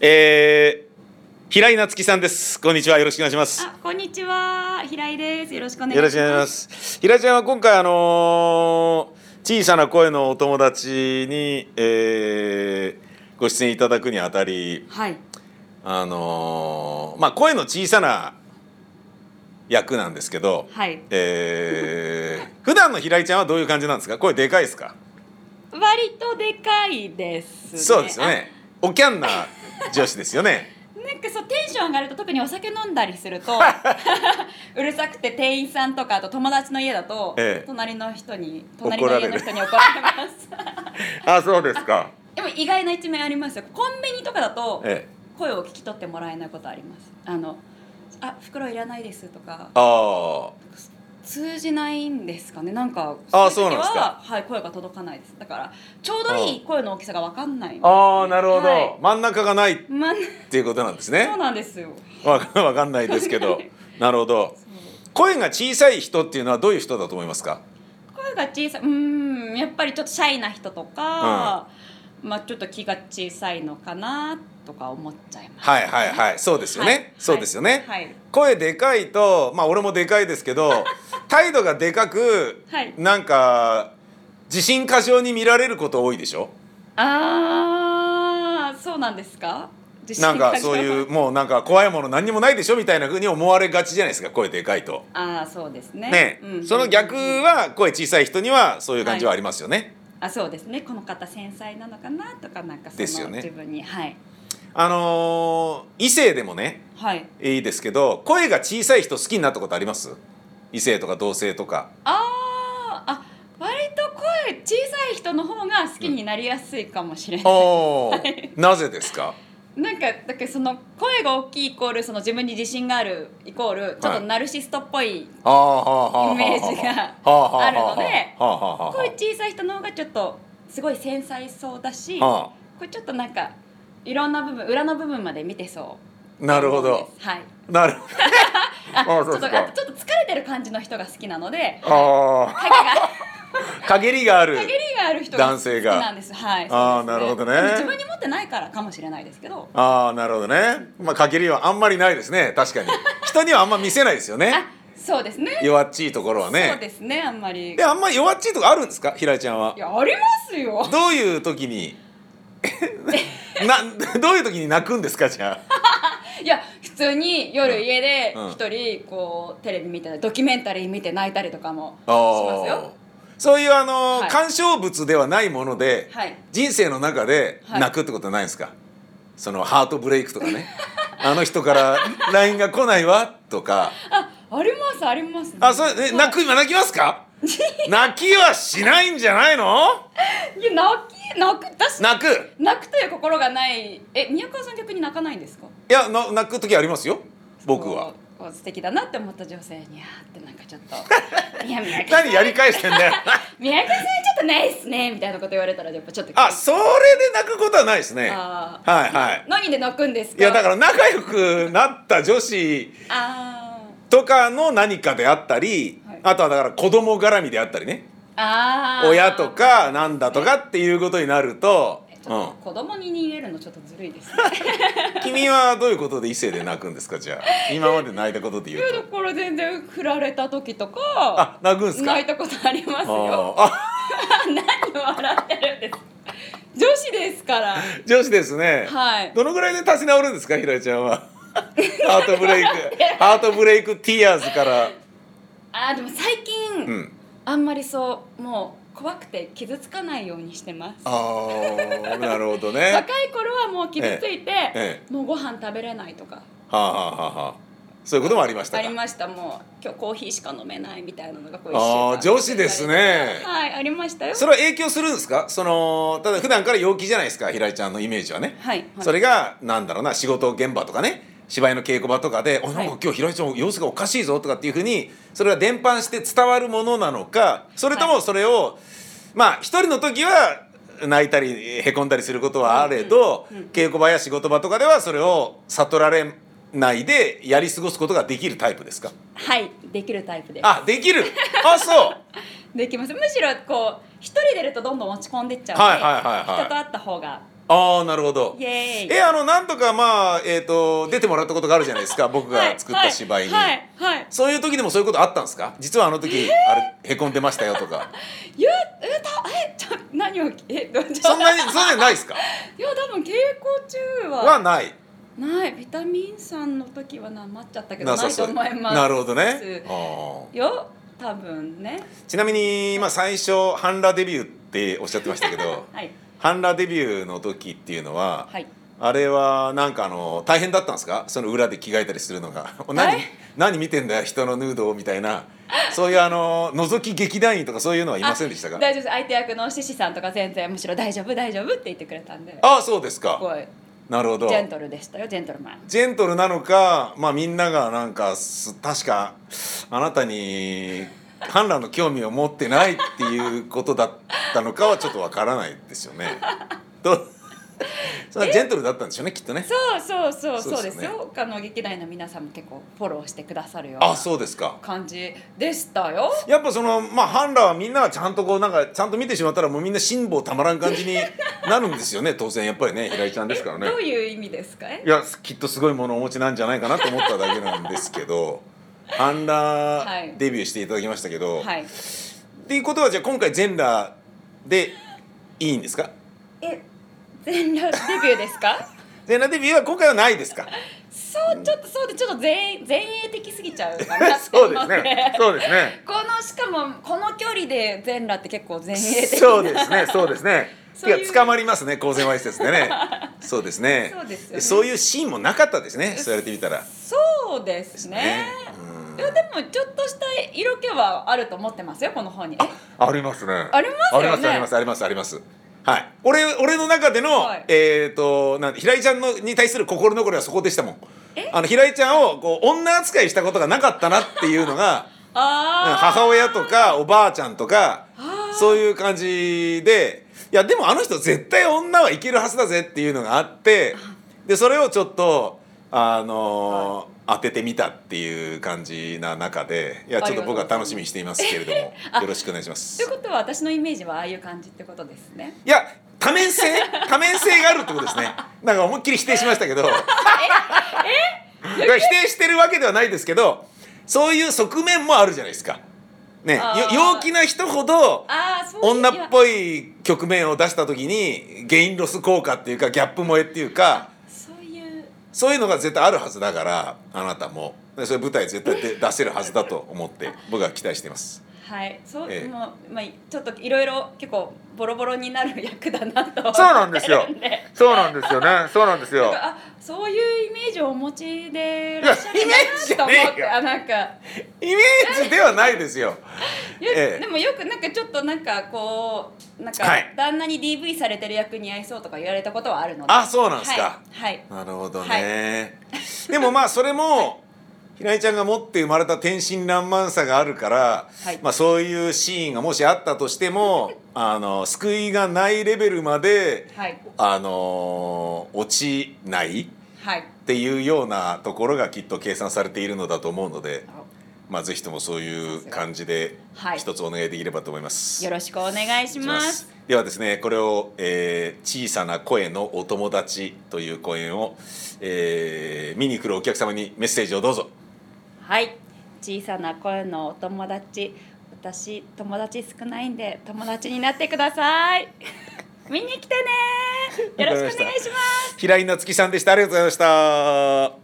えー、平井夏樹さんです。こんにちは。よろしくお願いします。あ、こんにちは、平井です。よろしくお願いしよまろしくす。お願いします。平井ちゃんは今回あのー小さな声のお友達に、えーご出演いただくにあたり、はい、あのーまあ声の小さな役なんですけど、はい、えー普段の平井ちゃんはどういう感じなんですか。声でかいですか。割とでかいです、ね。そうですよね。おキャンな女子ですよ ね。あ。なんかそう、テンション上がると、特にお酒飲んだりす ると。 うるさくて、店員さんとか、あと友達の家だと、ええ隣の人に、怒ら隣れるの家の人に怒られます。あ、そうですか。でも、意外な一面ありますよ。コンビニとかだと、ええ。声を聞き取ってもらえないことあります。あの、あ、袋いらないですとか。ああ。通じないんですかねなんかあーい時そうなはんですかはい声が届かないですだからちょうどいい声の大きさがわかんないああなるほど、はい真ん中がないっまあていうことなんです そうねなんですよわかわかんないですけ どなるほど声が小さい人っていうのはどういう人だと思いますか声が小さいうーんやっぱりちょっとシャイな人とか、まあちょっと気が小さいのかなとか思っちゃいますはいはいはいそうですよね、はいそうですよね、はい声でかいとまあ俺もでかいですけど態度がでかく、はいなんか自信過剰に見られること多いでしょああそうなんですか自なんか過剰そういうもうなんか怖いもの何にもないでしょみたいな風に思われがちじゃないですか声でかいとああそうですねね、うんその逆は声小さい人にはそういう感じはありますよね、あそうですねこの方繊細なのかなとかなんかそですよのね自分に、はいあのー異性でもねはいいいですけど声が小さい人好きになったことあります異性とか同性とかあーあ割と声小さい人の方が好きになりやすいかもしれない、おー なぜですかなんかだからその声が大きいイコールその自分に自信があるイコールちょっとナルシストっぽい、あーはあはあはあイメージがはあるのではあはあはあは声小さい人の方がちょっとすごい繊細そうだし、あはこれちょっとなんかいろんな部分裏の部分まで見てそうあなるほどはいなるほどああちそょうっですとかあとちょっと疲れてる感じの人が好きなのであ影が ー陰りがある陰りがある人が好男性きがなんです。はい。あーそうですなるほどねでも自分に持ってないからかもしれないですけど。ああなるほどねまあ陰りはあんまりないですね確かに人にはあんま見せないですよねあ、そうですね。弱っちいところはそうねですね。あんまり。いであんま弱っちいとこあるんですか平井ちゃんはやありますよ。どういう時に などういう時に泣くんですかじゃ あ。いや普通に夜家でうんうん一人こうテレビ見てドキュメンタリー見て泣いたりとかもしますあーよ。そういうあの、はい干渉物ではないもので、はい人生の中ではい泣くってことはないんですか、そのハートブレイクとかねあの人から LINE が来ないわとかあ、ありますあります、あそれえ泣く今泣きます か泣きはしないんじゃないのいや泣き泣くだし泣く泣くという心がない。え、宮川さん逆に泣かないんですか。いやな泣く時ありますよ僕は。こう。こう素敵だなって思った女性にあーってなんかちょっと いや宮川さん何やり返してん だよ宮川さんちょっとないっすねみたいなこと言われたらやっぱちょっとあそれで泣くことはないですねはあいはい何で泣くんですかいやだから仲良くなった女子あーとかの何かであったり、はいあとはだから子供絡みであったりねあー親とかなんだとかっていうことになるとえ、ちうょっん、と子供に逃げるのちょっとずるいですね 君はどういうことで異性で泣くんですかじゃあ今まで泣いたことでい言うやだとから全然振られた時とかあ泣くんすか泣いたことありますよああ何を笑ってるんですか女子ですから女子ですね、はいどのぐらいで立ち直るんですかひらりちゃん はハートブレイクハートブレイクティアーズからあーでも最近、うんあんまりそうもう怖くて傷つかないようにしてますああなるほど ね若い頃はもう傷ついて、えもうご飯食べれないとかはあ、はあはあはあ、そういうこともありましたあかりましたもう今日コーヒーしか飲めないみたいなのがこうあー一週間女子ですねはいありましたよそれは影響するんですかそのただ普段から陽気じゃないですか平井ちゃんのイメージはね、はいはいそれがなんだろうな仕事現場とかね芝居の稽古場とかで「おなんはいか今日平井ちゃん様子がおかしいぞ」とかっていうふうにそれが伝播して伝わるものなのかそれともそれを、まあ一人の時は泣いたりへこんだりすることはあれど、稽古場や仕事場とかではそれを悟られないでやり過ごすことができるタイプですかはいできるタイプであできるあそうできますむしろこう一人出るとどんどん落ち込んでっちゃうのではいはいはいはい人と会った方がああなるほどイエーイえあのなんとかまあえっ、と出てもらったことがあるじゃないですか僕が作った芝居に、はいはいはいはいそういう時でもそういうことあったんですか実はあの時あれへこんでましたよとかゆうえたえちょ何をえどうそんなにそんなにないです かいや多分傾向中ははないないビタミンさんの時はなまっちゃったけどななさいとそう思いますなるほどねああよ多分ねちなみに今最初半裸デビューっておっしゃってましたけどはい半裸デビューの時っていうのは、はいあれはなんかあの大変だったんですかその裏で着替えたりするのがは何い何見てんだよ人のヌードをみたい なそういうあの覗き劇団員とかそういうのはいませんでしたかあ大丈夫です相手役の獅子さんとか全然むしろ大丈夫大丈夫って言ってくれたんですああそうですごかいなるほどジェントルでしたよジェントルマンジェントルなのか、まあ、みんながなんかす確かあなたに反乱の興味を持ってないっていうことだったのかはちょっとわからないですよね。 とそれはジェントルだったんでしょうねきっとね。そうそうそうそうですよねそうですよあの劇団員の皆さんも結構フォローしてくださるようあなそうですか。感じでしたよやっぱそのまあ反乱はみんながちゃんとこうなんかちゃんと見てしまったらもうみんな辛抱たまらん感じになるんですよね当然やっぱり ね平井ちゃんですからねど。ういう意味ですかえいやきっとすごいものをお持ちなんじゃないかなと思っただけなんですけど。ハンラはいデビューしていただきましたけど、はいっていうことはじゃあ今回全裸でいいんですかえ全裸デビューです か全裸デビューは今回はないですかそうちょっとそうでちょっと前前衛的すぎちゃうかなって そ思うっですてねそうですねこのしかもこの距離で全裸って結構前衛的なそうです ねそうですねいそういうや捕まりますね公然わいせつで ねそうですねそうですよねそういうシーンもなかったですねそうやれてみたらそうですねねいやでもちょっとした色気はあると思ってますよこの本にえありますねありますよねありますありますありますありますはい俺俺の中での、はいえっ、となん平井ちゃんのに対する心残りはそこでしたもんあの平井ちゃんをこう女扱いしたことがなかったなっていうのがうんあ母親とかおばあちゃんとかそういう感じでいやでもあの人絶対女はいけるはずだぜっていうのがあってでそれをちょっとあのー当ててみたっていう感じな中でいやちょっと僕は楽しみにしていますけれどもあよろしくお願いしまあというす。ことは私のイメージはああいう感じってことですねいや多面性多面性があるってことですね。なんか思いっきり否定しましたけどいや否定してるわけではないですけどそういう側面もあるじゃないですか。ね、よあー陽気な人ほどああそう女っいぽい局面を出した時にゲインロス効果っていうかギャップ萌えっていうかやそういうそういうのが絶対あるはずだからあなたもでそれ舞台絶対で出せるはずだと思って僕は期待していますはいそう、ええもうまあちょっといろいろ結構ボロボロになる役だなと思ってそうなんですよ るんでそうなんですよねそうなんですよあそういうイメージをお持ちでいらっしゃるいやイメージじゃなねと思っえてよあなんかイメージではないですよいやええでもよくなんかちょっとなんかこうなんかはい旦那に DV されてる役に合いそうとか言われたことはあるのであそうなんですかはい、はいなるほどね、 でもまあそれもひらいちゃんが持って生まれた天真爛漫さがあるから、はいまあ、そういうシーンがもしあったとしてもあの救いがないレベルまで、はいあのー落ちないっはいていうようなところがきっと計算されているのだと思うので、まあ、ぜひともそういう感じではい一つお願いできればと思います。よろしくお願いしますではですねこれを、えー小さな声のお友達」という公演を、えー見に来るお客様にメッセージをどうぞはい小さな声のお友達私友達少ないんで友達になってください見に来てねよろしくお願いします平井夏樹さんでしたありがとうございました